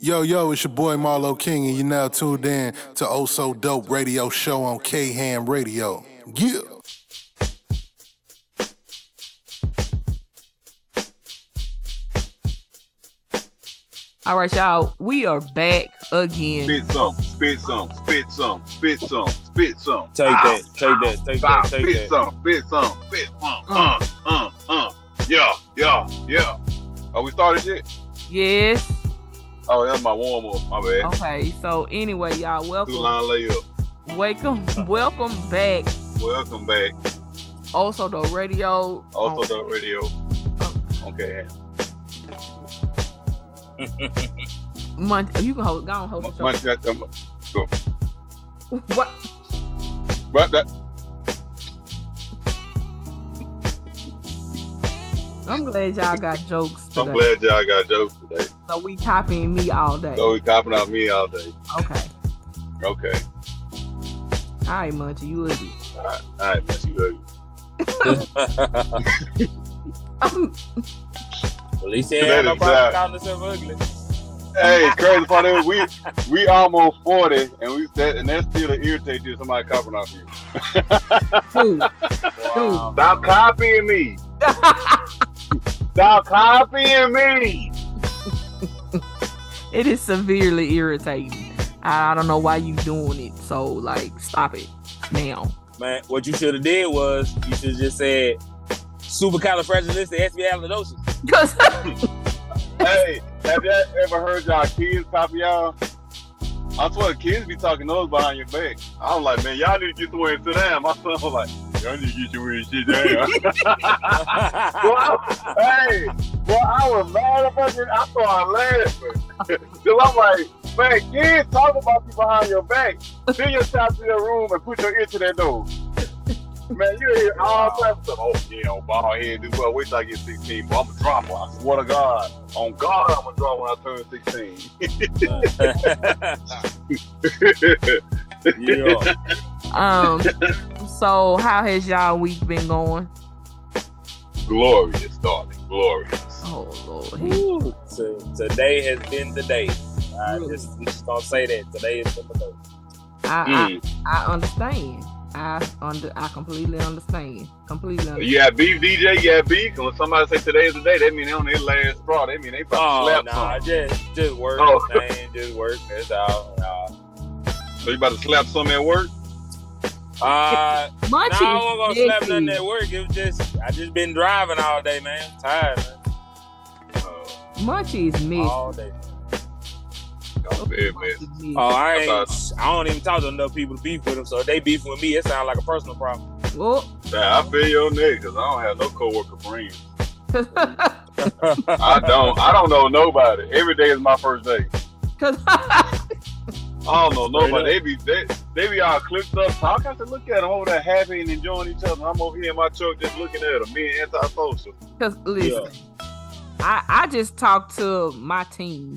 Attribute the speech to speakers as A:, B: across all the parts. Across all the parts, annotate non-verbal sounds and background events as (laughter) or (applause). A: Yo, yo, it's your boy Marlo King, and you're now tuned in to Oh So Dope Radio Show on K Ham Radio. Yeah.
B: All right, y'all. We are back again.
C: Spit some, spit some, spit some, spit some, spit some.
D: Take that, take that, take
C: Ah. Stop,
D: that,
C: ah, spit
D: take that.
C: some, spit some, spit some. Uh, uh, uh. Yeah, yeah, yeah. Are we started yet?
B: Yes.
C: Oh, that's my warm up. My bad.
B: Okay. So anyway, y'all,
C: Two
B: welcome,
C: line layup.
B: welcome, welcome back.
C: Welcome back.
B: Also, the radio. um,
C: Also, the radio. Okay.
B: Mon- you can hold. Go on, hold the
C: Munch,
B: show.
C: munch, that, that,
B: (laughs) What?
C: that, that.
B: I'm glad y'all got jokes today.
C: I'm glad y'all got jokes today.
B: So we copying me all day.
C: So we copping out me all day.
B: Okay.
C: Okay.
B: All right, Munchie, you ugly.
C: All right, all right, miss you. Baby.
D: At least he
C: That
D: ain't had
C: is
D: nobody
C: bad.
D: calling himself ugly.
C: Hey, crazy part is we we almost forty, and we that, and that's still irritating to somebody copping off you.
B: (laughs) Dude.
D: Wow.
C: Stop copying me. Stop copying me.
B: it is severely irritating. I, I don't know why you doing it. So like, stop it now. (laughs)
D: Man, what you should have did was you should just said (laughs) supercalifragilisticexpialidocious.
B: Because
C: Hey, have y'all ever heard y'all kids copy y'all? I swear, kids be talking those behind your back. I'm like, man, y'all need to get somewhere and sit down. My son was like, y'all need to get your and shit down.
D: (laughs)
C: Well, hey, well, I was mad at fucking. I started laughing. (laughs) Cause I'm like, man, kids talk about you behind your back. Send your child to their room and put your ear to their nose. Man, you hear all types of stuff. Oh, yeah, oh, bald head. Do well. Wait till I get 16, but I'm going to drop one. I swear to God. On God, I'm going to drop when I turn 16.
D: yeah.
B: um, so how has y'all week been going?
C: (laughs) Glorious, darling.
D: Ah,
C: Glorious.
B: Oh lord.
D: Woo. So, today has been the day. I just, I'm just gonna say that today is the day. ah.
C: Mm.
B: I, I I understand. I under I completely understand. Completely understand.
C: You got beef, DJ. You got beef. And when somebody say today is the day, that mean they on their last straw. That mean they about to
D: Oh
C: slap
D: nah, just just work,
C: Oh.
D: man, just work. That's all. Nah.
C: some. So you about to slap some at work?
D: Uh,
B: Munchie
D: nah, I wasn't gonna slap
B: is
D: nothing
B: messy.
D: at work. It was just I just been driving all day, man. I'm tired, man.
C: Oh,
B: Munchie is messy.
D: all day.
C: I'm very
B: Munchie
C: messy.
B: is messy. (laughs)
D: Oh, I ain't.
C: About-
D: I don't even talk to enough people to beef with them. So if they beef with me, it sounds like a personal problem. (laughs)
B: Well,
C: Nah, I feel your neck because I don't have no coworker friends. I don't. I don't know nobody. Every day is my first day.
B: (laughs) cause (laughs)
C: I don't know
D: Straight
C: nobody. They be they, they be all clipped up. I got to look at them over there happy and enjoying each other. I'm over here in my truck just looking at them. Me and antisocial.
B: cause listen, I I just talked to my team,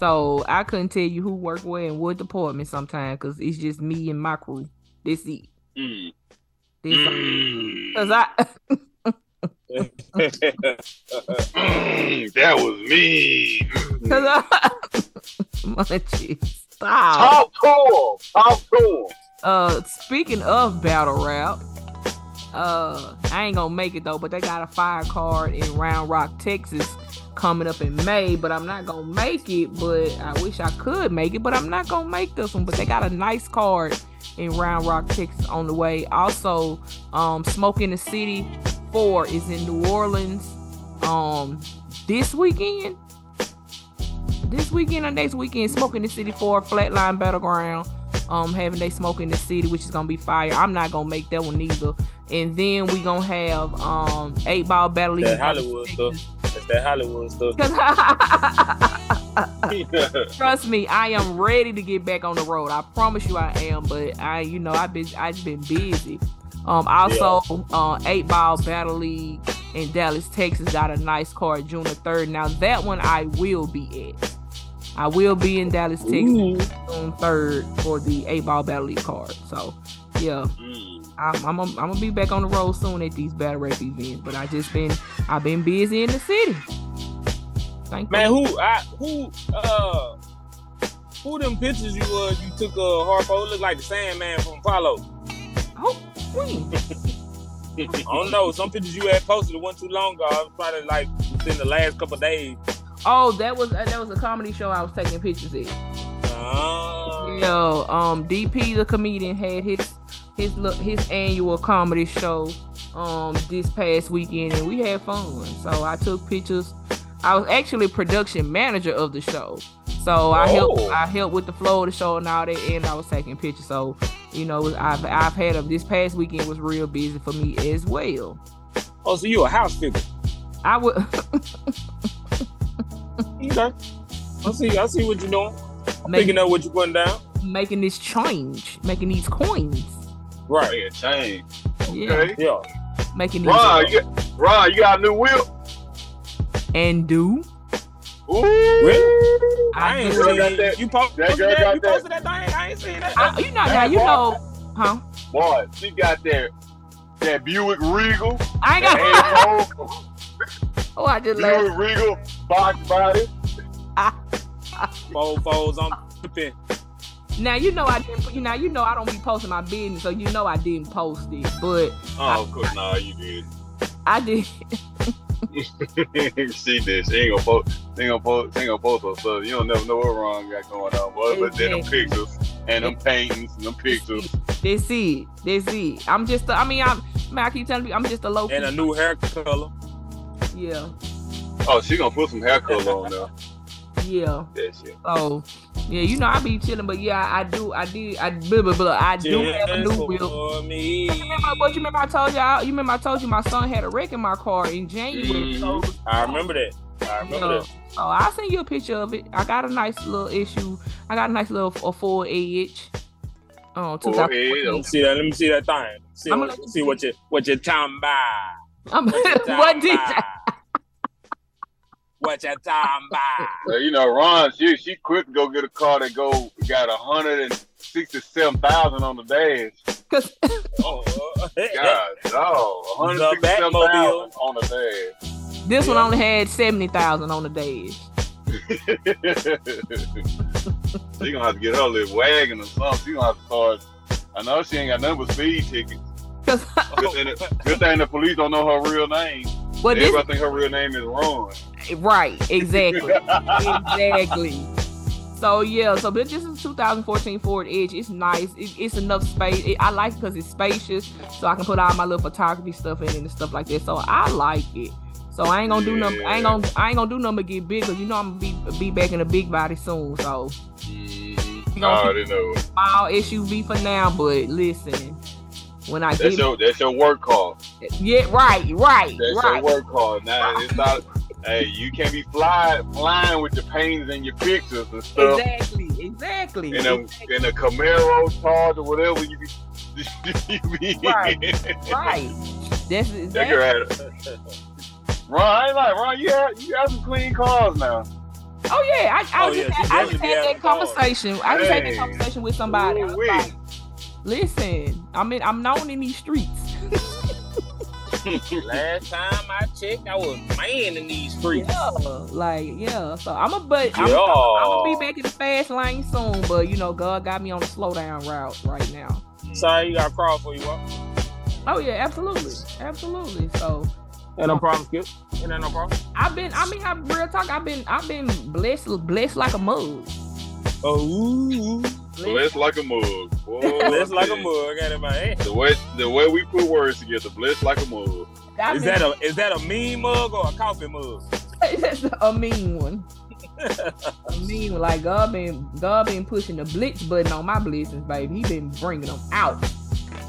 B: so I couldn't tell you who worked where and what department sometimes, cause it's just me and my crew. This it.
C: Mm.
B: This
C: Mm.
B: cause I (laughs)
C: Mm, that was me. Mm.
B: cause I (laughs) Munchie stop.
C: Talk to 'em. Talk to 'em.
B: Uh, speaking of battle rap, uh, I ain't gonna make it though, but they got a fire card in Round Rock, Texas, coming up in May. But I'm not gonna make it. But I wish I could make it, but I'm not gonna make this one. But they got a nice card in Round Rock, Texas, on the way. Also, um, Smoke in the City Four is in New Orleans, um, this weekend. This weekend or next weekend, Smoke in the City Four, Flatline Battleground um having they smoke in the city which is gonna be fire i'm not gonna make that one either and then we gonna have um eight ball battle
D: That
B: League.
D: Hollywood stuff. That's that Hollywood stuff.
B: 'Cause-
C: yeah,
B: (laughs) trust me i am ready to get back on the road i promise you i am but i you know i've been i've been busy um also uh eight ball battle league in dallas texas got a nice card june the 3rd now that one i will be at i will be in dallas texas june 3rd for the eight ball battle league card so yeah
C: (laughs) Mm.
B: I'm I'm I'm gonna be back on the road soon at these battle rap events, but I just been I've been busy in the city. Thank
D: Man,
B: you.
D: who I who uh who them pictures you uh you took a uh, Harpo It look like the Sandman from Follow.
B: Who? When?
D: I don't know. Some pictures you had posted it wasn't too long ago. It was probably like within the last couple of days.
B: Oh, that was uh, that was a comedy show I was taking pictures at.
D: Uh,
B: Yo, um, DP the comedian had his his look his annual comedy show um this past weekend, and we had fun. So I took pictures. I was actually production manager of the show, so I helped
D: Oh.
B: I helped with the flow of the show and all that, and I was taking pictures. So you know, I've I've had a, this past weekend was real busy for me as well.
D: Oh, so you a house figure?
B: I would (laughs)
D: Okay. I see. I see what you're doing. I'm
B: Maybe.
D: picking up what you're putting down.
B: making this change, making these coins.
D: Right.
C: Nigga, change.
B: Yeah,
C: Okay.
D: Yeah.
B: making these
C: Ron, you, Ron, you got a new wheel?
B: and do.
C: Ooh.
D: Really? I, ain't
C: girl
D: seen
C: got that-
D: that. You, po-
C: that
D: posted
C: girl
D: that,
C: got
D: you
C: that-
D: posted that thing. I ain't seen that.
B: I, you know now, you know, huh?
C: Boy, she got that that Buick (laughs) Regal.
B: I ain't
C: That
B: got.
C: asshole.
B: (laughs) Oh, I just laughed.
C: Buick Regal box body.
D: Four fours on flipping.
B: Now you know I didn't. You now you know I don't be posting my business, so you know I didn't post it. But
C: Oh, of course, nah, you did.
B: I did.
C: (laughs)
B: (laughs)
C: she did. She ain't gonna post. She ain't gonna post. She ain't gonna post her stuff. You don't never know what wrong got going on, boy. But then them
B: Exactly.
C: pictures and them paintings and them pictures.
B: That's it. That's it. I'm just. A, I mean, I'm. Man, I keep telling you, I'm just a low.
D: and a new hair color.
B: yeah.
C: Oh, she gonna put some hair color on there.
B: Yeah.
C: That shit.
B: So yeah, you know I be chilling, but yeah, I, I do. I did. I blah blah blah. I do have a new wheel.
D: For me.
B: Remember, but you remember I told y'all. You remember I told you my son had a wreck in my car in January. So
D: Mhm. I remember that. I remember
B: Yeah.
D: that.
B: Oh, I'll send you a picture of it. I got a nice little issue. I got a nice little a full edge. Oh,
C: Full
B: 2014.
D: Let me see that. Let me see that thing. See,
B: I'ma
D: what,
B: let you
D: see
B: see.
D: what you what you talking about.
B: (laughs) I'm,
D: What you talking
B: (laughs) what did
D: about?
B: I?
D: What you talking about?
C: Well, you know, Ron, she she quick to go get a car that go got a hundred and sixty-seven thousand on the dash.
B: Cause
D: Oh,
C: God, (laughs) no, one hundred sixty-seven thousand on the
B: this one
D: Yeah.
B: only had seventy thousand on the dash.
C: dash. (laughs) she gonna have to get her a little wagon or something. She gonna have to start. I know she ain't got nothing but
B: (laughs)
C: speed tickets.
B: Cause
C: Good thing, the, good thing the police don't know her real name.
B: but this
C: Everybody think her real name is Ron.
B: right
C: (laughs)
B: exactly exactly. So yeah, so but this is 2014 Ford Edge. It's nice. It, it's enough space. It, I like it because it's spacious, so I can put all my little photography stuff in it and stuff like that. So I like it. So I ain't gonna do nothing. I ain't
C: Yeah.
B: gonna. I ain't gonna do nothing but get bigger. You know I'm gonna be be back in a big body soon. So
C: Mm-hmm. I already know.
B: small SUV for now, but listen, when I
C: That's
B: get
C: your that's your work call.
B: yeah, right, right,
C: That's your
B: right.
C: work call. Now it's not. hey, you can't be fly, flying with your paintings and your pictures and stuff
B: Exactly, exactly.
C: in a
B: exactly,
C: in a Camaro, Charge, or whatever you be. (laughs) you be
B: Right. right. That's exactly.
C: That girl had. a- Ron, I ain't like Ron. You have you have some clean cars now.
B: Oh yeah, I, I
D: Oh,
B: just,
D: yeah,
B: had,
D: she
B: I just
D: definitely
B: had
D: had
B: that
D: the balls.
B: conversation. I just had
C: Hey.
B: that conversation with somebody. I was
C: Ooh-wee.
B: like, Listen, I mean, I'm known in these streets.
D: Last time I checked, I was man in these streets.
B: Yeah, like yeah. So I'm a but I'm,
D: Yeah.
B: I'm gonna be back in the fast lane soon. But you know, God got me on the slow down route right now.
D: Sorry, you got crawled for you, bro.
B: Oh yeah, absolutely, absolutely. So
D: Ain't no problem, Skip. Ain't no problem.
B: I've been, I mean, I real talk. I've been, I've been blessed, blessed like a mug.
D: Oh, (laughs) ooh.
C: Blessed like a mug. Boy,
D: That's like a mug. Got it in my hand.
C: The way the way we put words together, blessed like a mug.
B: I've
D: Is that
B: been-
D: a is that a mean mug or a coffee mug?
B: that's (laughs) a mean one? a mean one. Like God been, God been pushing the blitz button on my blessings, baby. He been bringing them out.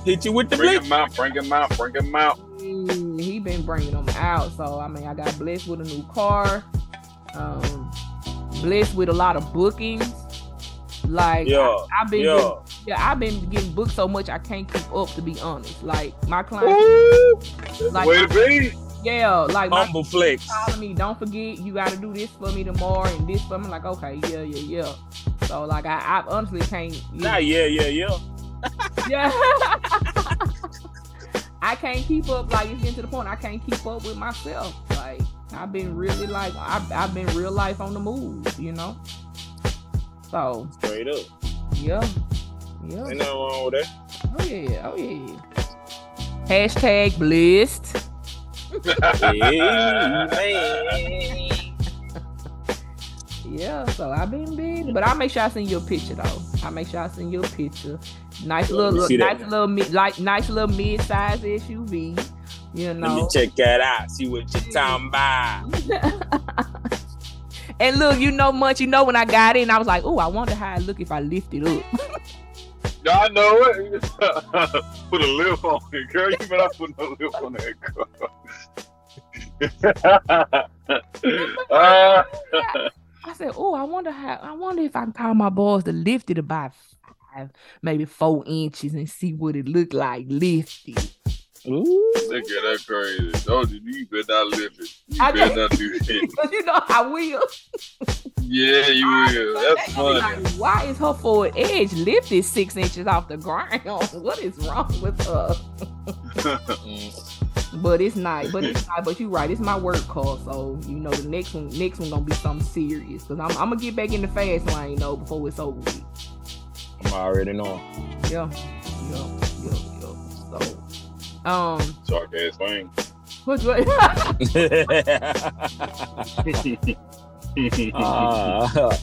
D: Hit you with the
C: Bring
D: blink.
C: him out, bring him out, bring him out.
B: Mm, he been bringing them out. So I mean, I got blessed with a new car. Um, blessed with a lot of bookings. Like
D: Yeah,
B: I, have been,
D: yeah.
B: getting- yeah, I've been getting booked so much I can't keep up. To be honest, like my clients,
C: Woo!
B: like
C: Way to be.
B: yeah, like my
D: Humble flex.
B: calling me, don't forget, you gotta do this for me tomorrow and this for me. I'm like, okay, yeah, yeah, yeah. So like I, I honestly can't you
D: Nah, yeah, yeah, yeah.
B: (laughs) yeah. I can't keep up, like it's getting to the point I can't keep up with myself. Like I've been really like I've, I've been real life on the move, you know. So
D: Straight up.
B: yeah, yeah.
D: Ain't nothing wrong with (laughs) that.
B: Oh yeah, oh yeah. Hashtag blessed.
D: Hey, man.
B: Yeah, so I've been busy, but I make sure I send you a picture though. I make sure I send you a picture. Nice
D: Yeah,
B: little,
D: let me see that
B: nice
D: now.
B: little, mid, like nice little mid-size SUV. You
D: Let me
B: know.
D: check that out. See what you talking about.
B: and look, you know, much you know when I got in, I was like, oh, I wonder how it look if I lift it up.
D: (laughs)
C: Y'all know it. (laughs) put a lip on it, girl. You better not put no lip on that (laughs) girl. uh,
B: I said, oh, I wonder how. I wonder if I can call my boys to lift it about five, maybe four inches, and see what it look like lifted. (laughs)
D: Ooh.
C: nigga, that crazy. Don't you, you better not lift it. You
B: I
C: better
B: know.
C: not do that. (laughs)
B: Cause you know I will.
C: Yeah,
B: (laughs)
C: you will. That's
B: They gonna be
C: funny.
B: Like, Why is her forward edge lifted six inches off the ground? (laughs) What is wrong with her?
D: Mm.
B: But it's not. But it's not. But you're right. It's my work call. So you know the next one, next one gonna be something serious. Cause I'm, I'm gonna get back in the fast lane though before it's over. With.
D: I'm already knowing.
B: Yeah. Yeah. Yeah. Yeah. So, um,
C: Shark ass thing.
B: what's what?
D: (laughs)
B: (laughs)
C: (laughs)
D: Ah.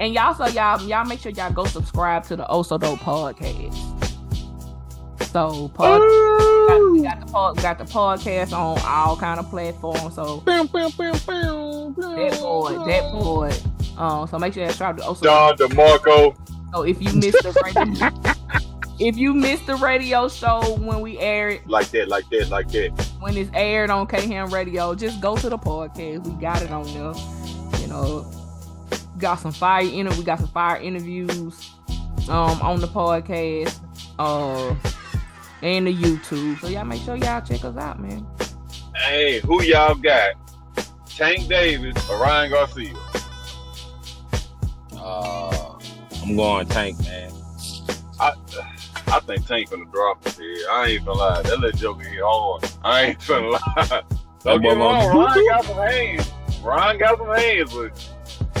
B: and y'all so y'all y'all make sure y'all go subscribe to the Also Dope podcast. So pod, we got, we got the pod, we got the podcast on all kind of platforms. So that boy, that boy. Um, so make sure you subscribe to Also Dope.
C: Don DeMarco.
B: So if you missed the radio, if you missed the radio show when we air it,
C: Like that, like that, like that.
B: when it's aired on Ham Radio, just go to the podcast. We got it on there. You know, got some fire in We got some fire interviews um on the podcast. Uh and the YouTube. So y'all make sure y'all check us out, man.
C: Hey, who y'all got? Tank Davis or Ryan Garcia?
D: Ah. I'm going tank, man.
C: I think Tank gonna drop it here. I ain't gonna lie. That little joker hit hard. I ain't gonna lie. Don't get me wrong. Ryan got some hands. Ryan got some hands, but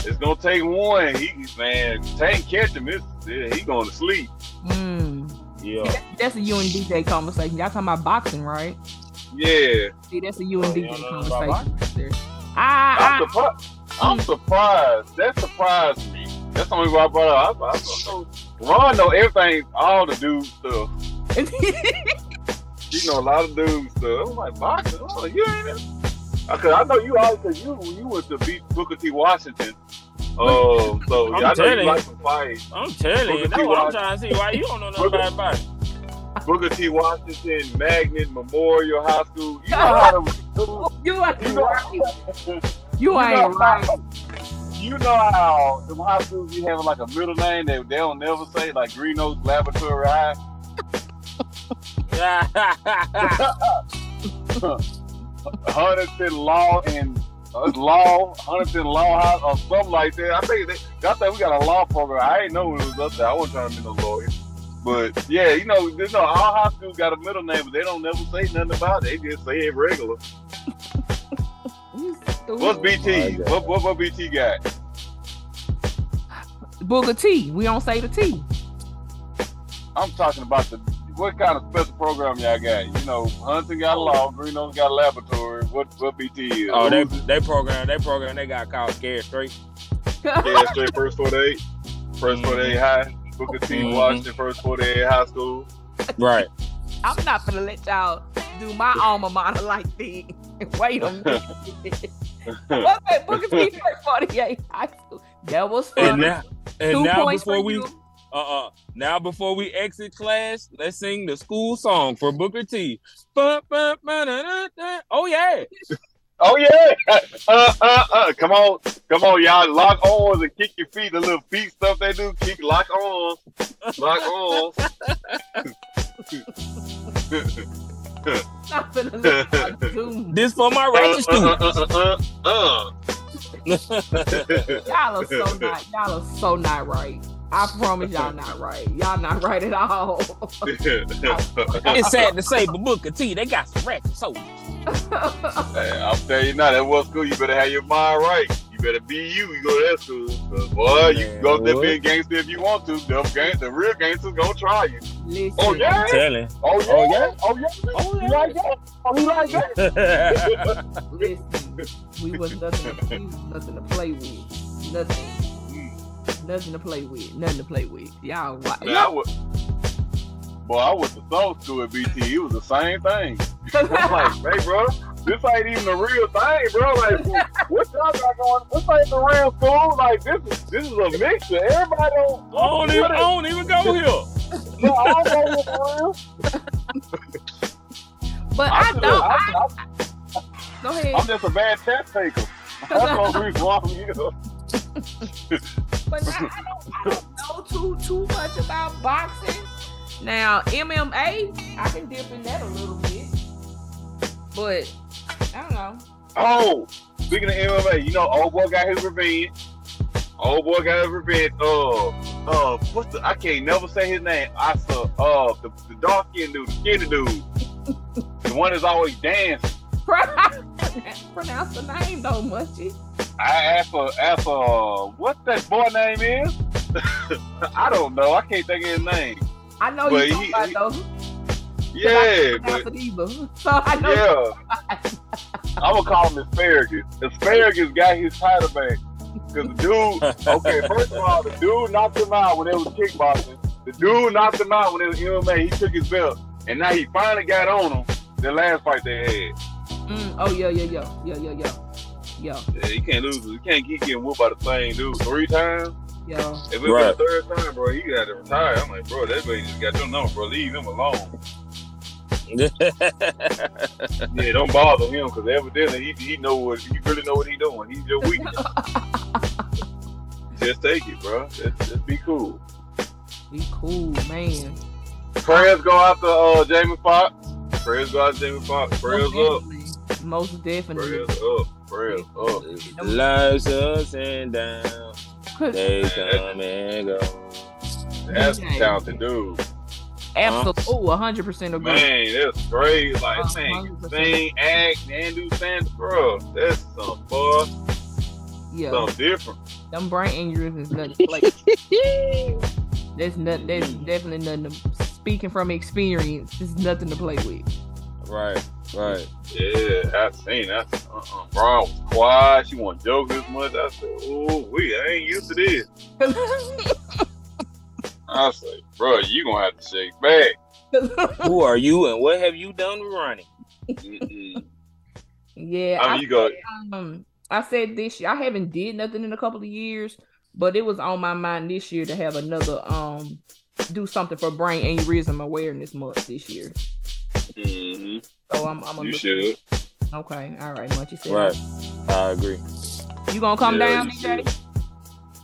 C: it's gonna take one. He man, Tank catch him. It's, he going to sleep.
B: Mm.
D: Yeah.
B: That's a you and DJ conversation. Y'all talking about boxing, right?
C: Yeah.
B: See, that's a you and
D: Oh,
B: DJ
D: y'all know about
B: conversation. right there. Ah,
C: I'm
B: I,
C: surprised. I'm surprised. That surprised me. That's the only why I brought it up. I, I, I know- Ron know everything, all the dude stuff.
B: I,
C: She know a lot of dude stuff. I'm like boxing. I'm like, you ain't. in- I- Cause I know you all cause you you went to beat Booker T Washington. Oh, so
D: (laughs)
C: yeah,
D: I'm
C: I know
D: telling
C: you
D: you.
C: like to fight.
D: (laughs) I'm telling you. That's what I'm trying to see. Why you don't know nothing about it?
C: Booker T Washington, Magnet Memorial High School. You know how to dudes
B: (laughs) you
C: You
B: ain't right. You
C: know, you know
B: ain't right.
C: how- you know how them high schools be having like a middle name that they don't never say, like Green Oaks Laboratory High.
D: (laughs)
C: Huntington Law and uh, Law, Huntington Law House or something like that. I think they, I think we got a law program. I didn't know it was up there. I wasn't trying to be no lawyer. But yeah, you know, you know, all high school got a middle name, but they don't never say nothing about it. They just say it regular.
B: You
C: What's
B: stupid.
C: BT?
D: my God.
C: What, what what BT got?
B: Booger T. We don't say the T.
C: I'm talking about the what kind of special program y'all got? You know, Huntington got law, Green Oaks got laboratory. What what BT is?
D: oh, they
C: Who's it?
D: they program they program they got called scared straight.
C: (laughs) Yeah, straight first 48. First
D: Mhm.
C: 48 high. Booker T.
D: Mhm.
C: Washington, first 48 high school.
D: Right.
B: I'm not gonna let y'all do my alma mater like this. (laughs) Wait a minute.
C: (laughs)
B: What's that Booker T First 48 High School? That was
D: And
B: fun.
D: now and
B: Two
D: now
B: points
D: before
B: for
D: we uh
B: you.
D: uh now before we exit class, let's sing the school song for Booker T. Ba- ba- ba- da- da- da. Oh yeah.
C: Oh yeah! (laughs) Uh uh uh! Come on, come on, y'all! Lock on and kick your feet. The little feet stuff they do. Kick lock on, lock on. (laughs)
B: I'm not gonna let y'all do.
D: This for my righteous
C: uh,
D: student.
C: uh, uh, uh, uh. (laughs)
B: Y'all are so not. Y'all are so not right. I promise y'all not right. Y'all not right at all. (laughs)
C: uh,
D: (laughs)
C: (laughs)
D: It's sad to say, but Booker T, they got some racket soldiers.
C: Hey, I'm telling you now, that was school. You better have your mind right. You better be you. You go to that school. 'Cause, boy, you can go
D: Man,
C: there
D: what?
C: being gangster if you want to. The, gang, the real gangsters gonna try you.
B: Listen,
C: Oh, yeah?
D: I'm (laughs) telling.
C: Oh
D: yeah? Oh, yeah?
C: Oh yeah.
D: Oh, yeah. You like
C: that? Oh, you like that?
B: listen. We was nothing. To, we was nothing to play with. Nothing. Nothing to play with. Nothing to play with. Y'all, why?
C: Hmm. Man, I was, boy, I was the soul school at BT. It was the same thing. I'm like, hey, bro, this ain't even the real thing, bro. Like, what y'all got going? This ain't the real school. Like, this is this is a mixture. Everybody don't.
D: I don't even, I don't even go here.
C: No, I don't know what's real.
B: (laughs) but I,
C: I'm
B: don't.
C: just-
B: I,
C: I'm-
B: go ahead.
C: I'm just a bad test taker. That's the only reason why I'm here.
B: but I, I, don't, I don't know too too much about boxing. Now MMA, I can dip in that a little bit, but I don't know. (laughs)
C: Oh, speaking of MMA, you know, old boy got his revenge. Old boy got his revenge. Uh, uh, what's the? I can't never say his name. I saw uh the, the dark skinned dude, the skinny dude, the one that's always dancing.
B: Pronounce the name though, Mushy.
C: I asked for asked for uh, what that boy name is. (laughs) I don't know. I can't think of his name.
B: I know
C: But
B: you
C: he-
B: talking about
C: he-
B: though. 'cause
C: Yeah,
B: I can't
C: but
B: pronounce it either. (laughs) So I know.
C: yeah, I'm gonna call him asparagus. Asparagus got his title back. Cause the dude, okay, first of all, the dude knocked him out when it was kickboxing. The dude knocked him out when it was MMA. He took his belt, and now he finally got on him. The last fight they
B: Mm, oh yeah, yeah, yeah, yeah, yeah, yeah, yeah,
C: had, yeah, he can't lose. He can't keep getting whooped by the same dude three times.
B: yeah.
C: If it was
D: Right.
C: the third time, bro, he got to retire. I'm like, bro, that baby just got your number, bro. Leave him alone. yeah, don't bother him because evidently he, he know what he really know what he doing. He's your weakness. just take it, bro. Just, just be cool.
B: Be cool, man.
C: Prayers go out to uh, Jamie Foxx. Prayers go out to Jamie Foxx. Prayers up.
B: Most definitely.
C: Prayers up. Prayers up.
D: Lives ups and downs, they come and go.
C: That's a talented dude.
B: Absolutely, oh, hundred percent agree.
C: Man, that's crazy. Like,
B: Uh,
C: man,
B: 100%.
C: sing, act, and do things, bro. That's some boy,
B: yeah.
C: something different.
B: Them brain injuries is nothing. Like, there's nothing. There's definitely nothing. To, speaking from experience, there's nothing to play with. (laughs)
D: Right, right.
C: Yeah, I seen that. Uh-uh. Brian was quiet. She want joke this much. I said, "Ooh, we I ain't used to this." I say, "Bro, you gonna have to shake back."
D: Who are you and what have you done to Ronnie?
C: Mm-mm.
B: yeah.
C: I mean, you go.
B: um, I said this year I haven't did nothing in a couple of years, but it was on my mind this year to have another um do something for brain aneurysm awareness month this year.
C: hmm
B: So I'm I'm gonna
C: You
B: look-
C: should.
B: okay. All right, much you said.
D: Right, I agree.
B: You gonna come
C: Yeah,
B: down,
C: you
B: DJ?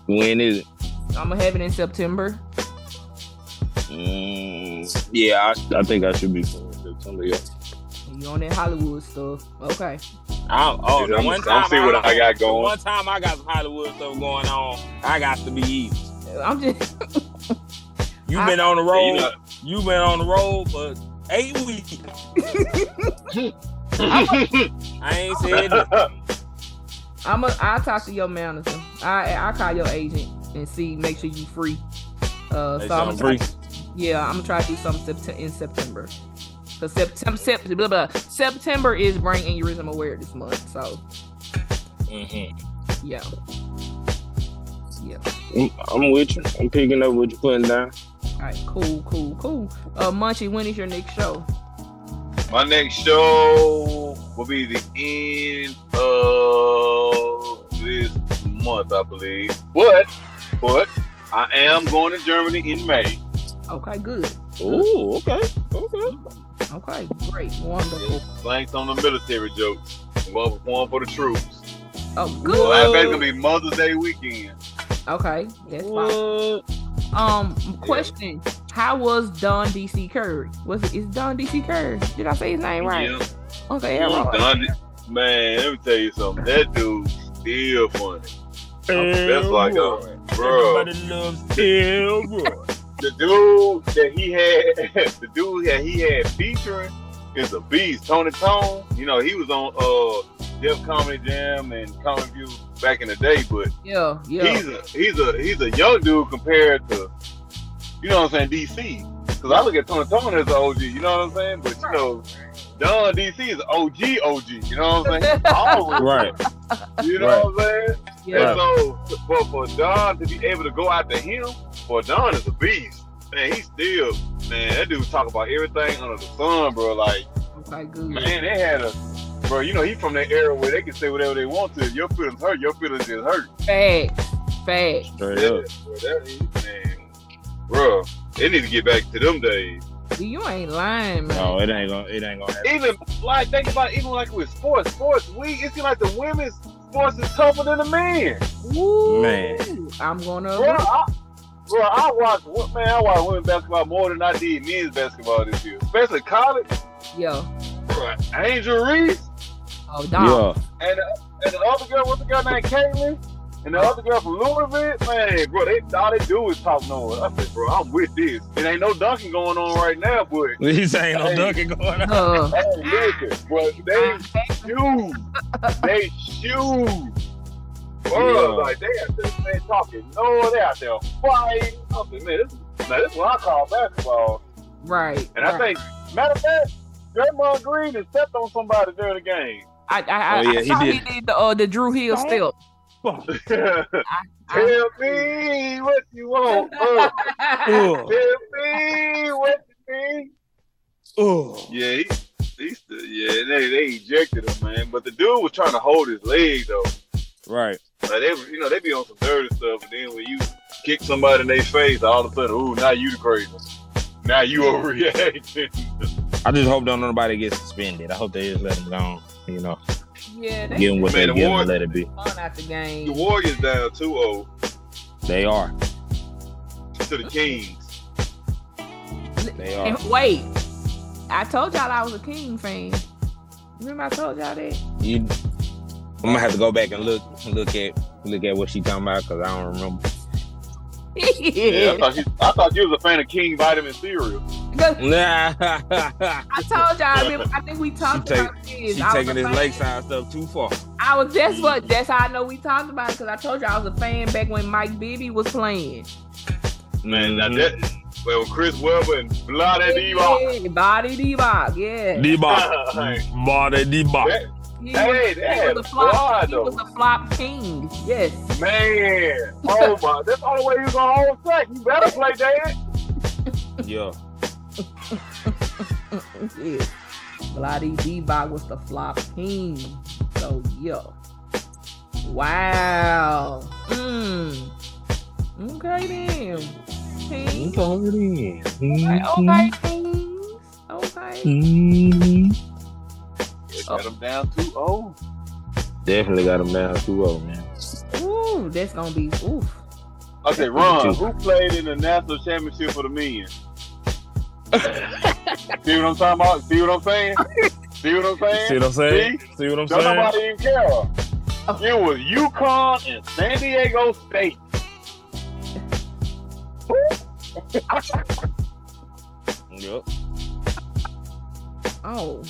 D: When is it?
B: I'm gonna have it in September.
D: Mm, yeah, I, I think I should be for September. Yeah.
B: You on that Hollywood stuff? Okay.
D: I'm, oh,
C: Dude, I'm-
D: one
C: I'm
D: time
C: see what I got going.
D: One time I got some Hollywood stuff going on. I got to be easy.
B: I'm just
D: You've
B: I-
D: been on the road.
C: You know,
D: You've been on the road for eight
B: (laughs)
D: weeks. I ain't said it.
B: I'm a I'll talk to your manager. I I call your agent and see make sure you free. Uh,
D: Hey,
B: so I'm
D: Sean
B: gonna
D: Bree.
B: Yeah, I'm gonna try to do something sept- in September. Cause September, sep- blah, blah. September is Brain Aneurysm Awareness Month, so
D: Mhm.
B: yeah, yeah.
D: I'm, I'm with you. I'm picking up what you're putting down.
B: All right, cool, cool, cool. Uh, Munchie, when is your next show?
C: my next show will be the end of this month, I believe. But, but I am going to Germany in May.
B: Okay, good.
D: Ooh, okay, okay.
B: Okay, great, wonderful.
C: Thanks on the military jokes. Mother one for the troops.
B: Oh,
C: So
B: good.
C: that's basically Mother's Day weekend.
B: Okay, that's fine.
D: What?
B: Um, question: How was Don DC Curry? Was it is Don DC Curry? Did I say his name right?
C: Yeah.
B: Okay, yeah,
C: Ooh,
B: right.
C: Don- man, let me tell you something. That dude still funny. That's like a Bro.
D: Everybody loves Elroy.
C: the dude that he had, (laughs) the dude that he had featuring is a beast. Tony Tone, you know, he was on uh Def Comedy Jam and Comedy View back in the day, but
B: Yeah, yeah.
C: he's a he's a he's a young dude compared to you know what I'm saying, DC. Because I look at Tony Tone as an OG, you know what I'm saying? But you know, Don DC is OG OG, you know what I'm saying?
B: (laughs)
C: Always,
D: right.
C: You know
D: Right.
C: what I'm saying?
B: yeah.
C: And so, but for Don to be able to go out to him, for Don is a beast. Man, he still, man, that dude talk about everything under the sun, bro. Like,
B: Okay, good.
C: man, they had a, bro, you know, he from that era where they can say whatever they want to. If your feelings hurt, your feelings just hurt.
B: Facts. Facts.
D: Straight
C: Yeah,
D: up.
C: bro, that is, man, bro, they need to get back to them days.
B: You ain't lying, man.
D: No, it ain't gonna it ain't gonna happen.
C: Even, like, think about it, even like with sports, sports, we, it seems like the women's sports is tougher than the men.
B: Woo.
D: Man.
B: I'm gonna.
C: Bro, I, bro, I watch man, I watch women's basketball more than I did men's basketball this year, especially college.
B: Yo.
C: Bro, Angel Reese
B: Oh, dog.
C: and and the other girl, what's the girl named Caitlin? And the other girl from Louisville, man, bro, they all they do is talk noise. I said, bro, I'm with this. It ain't no dunking going on right now, but
D: Yeah. He's ain't no
C: Hey.
D: dunking
B: (laughs)
D: going on.
B: Uh,
C: hey, Oh, listen, bro, they
B: Ah.
C: shoes, they shoes. Bro,
D: Yeah.
C: like they out there they talking no, they out there fighting. I said, man, this, now this is what I call basketball.
B: right.
C: And I
B: right.
C: think, matter of fact, Draymond Green has stepped on somebody during the game.
B: I, I, I,
D: Oh, yeah,
B: I
D: he
B: saw he
D: did.
B: did, the uh, the Drew Hill
D: Don't-
B: still. I-
C: Tell me what you want. uh,
B: (laughs)
D: Ugh,
C: Tell me what you need.
D: ugh.
C: Yeah, he, he still, yeah, they, they ejected him, man. But the dude was trying to hold his leg, though.
D: Right.
C: Like, they, you know, they be on some dirty stuff. And then when you kick somebody in their face, all of a sudden, ooh, now you the crazy. Now you (laughs) overreacting.
D: I just hope don't nobody get suspended. I hope they just let him go. You know,
B: yeah, they
D: give him what they
C: Man, the
D: give him
C: Warriors-
D: and let it be.
B: fun out the
C: the
B: game.
C: Warriors down 2-0
D: They are.
C: to the Kings.
D: They are.
B: And wait, I told y'all I was a King fan. Remember I told y'all that?
D: You, I'm gonna have to go back and look look at look at what she talking about because I don't remember. (laughs)
C: Yeah, I
B: yeah.
C: thought, he, I thought you was a fan of King Vitamin Cereal.
B: (laughs) 'Cause
D: Nah.
B: I told y'all. I, remember, I think we talked
D: She take-
B: about this.
D: she
B: I was
D: taking
B: a
D: this
B: fan.
D: lakeside stuff too far.
B: I was that's what that's how I know we talked about it because I told you I was a fan back when Mike Bibby was playing.
C: Man, now that well, Chris Webber and blah that D-Box.
B: Yeah, Body D-Box, yeah.
C: (laughs)
D: D-box. Body D-box.
C: That-
B: He
C: Hey,
B: was- he
C: that
B: was a
C: was
B: flop.
C: fly
B: He
C: though.
B: was a flop king. Yes.
C: Man, oh my, that's the only way you gonna hold sack. You better play that.
D: Yeah.
B: yeah. Bloody D-Box was the flop king. So yo. Wow. Mm. Okay then. Kings. Okay, kings.
D: Mm.
B: Okay.
C: Mm-hmm. Got him down oh. 2-0.
D: Definitely got him down 2-0, man.
B: Ooh, that's gonna be oof.
C: Okay, Ron, who played in the national championship for the men? See what I'm talking about? See what I'm saying? See what I'm saying?
D: (laughs) See what I'm saying?
C: See?
D: See what I'm
C: Don't
D: saying?
C: nobody even care. It was UConn and San Diego State.
D: Yup.
B: Oh.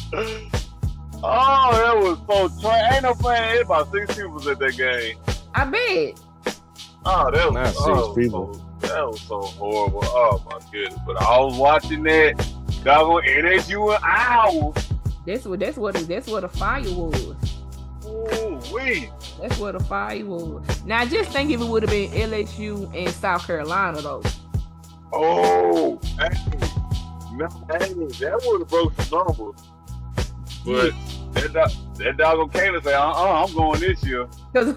C: Oh, that was so trash. Ain't no playing. It about six people at that game.
B: I bet.
C: Oh, that was
D: Not six
C: oh,
D: people.
C: So, that was so horrible. Oh my goodness! But I was watching that. Doggone NSU an hour.
B: That's what that's what that's what the fire was.
C: Ooh wee.
B: That's where the fire was. Now just think if it would have been LSU and South Carolina though. (laughs)
C: Oh, hey, man, hey, that would have broke some numbers. But that dog, that doggone Kayla say, uh, uh I'm going this year.
B: Cause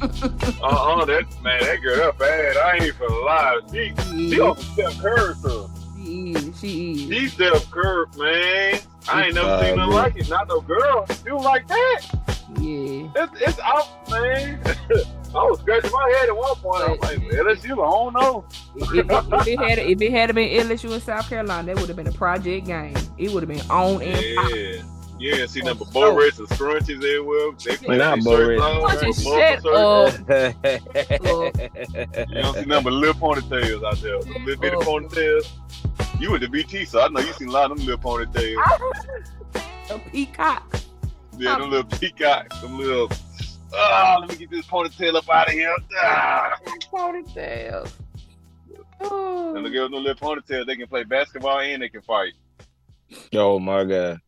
C: Uh, uh that man, that girl, that bad. I ain't for lie. She, she
B: she
C: on Steph Curry, son.
B: is, she is.
C: She Steph Curry, man. I ain't never seen
D: Uh,
C: nothing
D: yeah.
C: like it. Not no girl. You like that?
B: Yeah.
C: It's, it's out, man. (laughs) I was scratching my head at one point. I was like, LSU, I don't know.
B: If, if it had if it had been LSU and South Carolina, that would have been a project game. It would have been on and pop.
C: Yeah. Yeah, see number bull rats and scrunchies everywhere. They play
E: Not
C: their
E: bull rats.
C: shirts
B: Why
C: on,
B: don't you
C: multiple
B: shut
C: shirts.
B: up?
D: (laughs)
C: You don't see number little ponytails out there. Them little bitty
B: Oh.
C: ponytails. You with the BT, so I know you seen a lot of them little ponytails.
B: (laughs) A peacock.
C: Yeah, them little peacocks, them little. Ah, let me get this ponytail up out of here. Ah.
B: Ponytail.
C: And the
B: Ooh.
C: girls with them little ponytails, they can play basketball and they can fight. (laughs)
E: oh my god.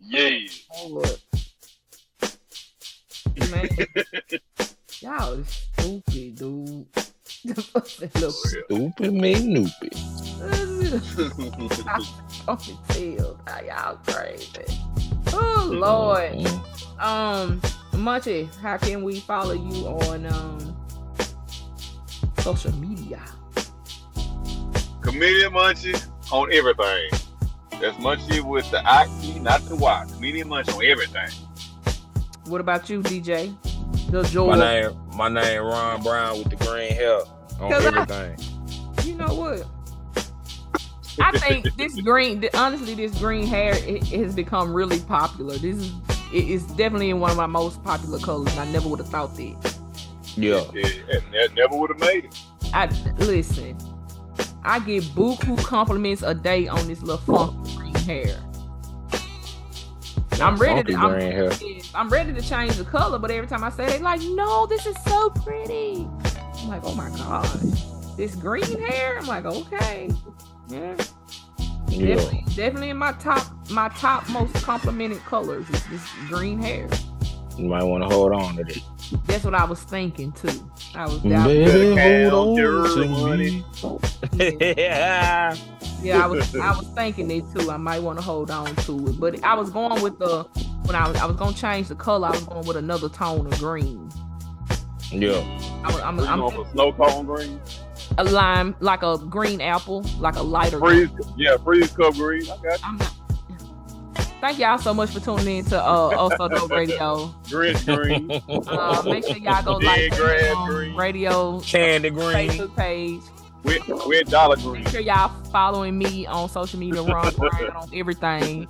C: yeah.
B: Oh, look. Man. Y'all is stupid, dude. (laughs) Look,
E: Stupid me noopy.
B: (laughs)
C: (laughs)
B: ponytail. Y'all crazy. Oh, Lord.
D: Mm-hmm.
E: Mhm.
B: um Monty, how can we follow you on um social media?
C: Comedian Munchie on everything. That's Munchie with the I E, not the Y. Comedian Munchie on everything.
B: What about you, DJ? The
D: My
B: joy.
D: name, my name, Ron Brown with the green hair on
B: 'Cause I-
D: everything.
B: You know what? I think
E: (laughs)
B: this green, th- honestly, this green hair it, it has become really popular. This is it is definitely in one of my most popular colors. I never would have thought that.
E: Yeah.
C: Yeah, and that never would have made it.
B: I listen. I get buku compliments a day on this little funky green hair. I'm
E: Funky
B: ready. To, I'm,
E: green hair.
B: is, I'm ready to change the color, but every time I say it, they like, no, this is so pretty. I'm like, oh my gosh. This green hair? I'm like, okay. Yeah.
E: Yeah.
B: Definitely, definitely in my top my top most complimented colors is this green hair.
E: You might want to hold on to this.
B: That's what I was thinking too. I was
D: Mm-hmm.
B: down.
E: Baby,
C: count
E: hold
C: your
E: on to
C: money.
E: me.
B: Yeah,
D: Yeah.
B: yeah, I was I was thinking it too. I might want to hold on to it. But I was going with the when I was I was gonna change the color, I was going with another tone of green.
E: Yeah.
B: I was, I'm,
C: You
B: I'm
C: know, for snow cone green,
B: a lime, like a green apple, like a lighter.
C: freeze, yeah, freeze cup green. I got
B: I'm not- Thank y'all so much for tuning in to uh, Also Dope
C: (laughs)
B: Radio.
C: you. Grinch green.
D: (laughs)
B: Uh, make sure y'all go
C: Dead
B: like
C: grass
B: us on
C: green.
B: radio
D: (laughs) Candy green.
B: Facebook page.
C: with, with dollar green.
B: Make sure y'all following me on social media, (laughs) Ron Brown on everything.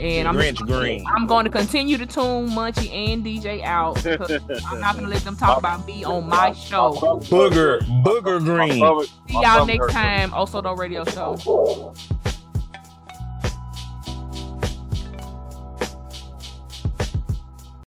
B: And I'm
D: Grinch green.
B: I'm going to continue to tune Munchie and DJ out. 'cause I'm not going to let them talk about me on my show.
D: Booger, booger green.
B: See y'all next time. Also Dope Radio Show.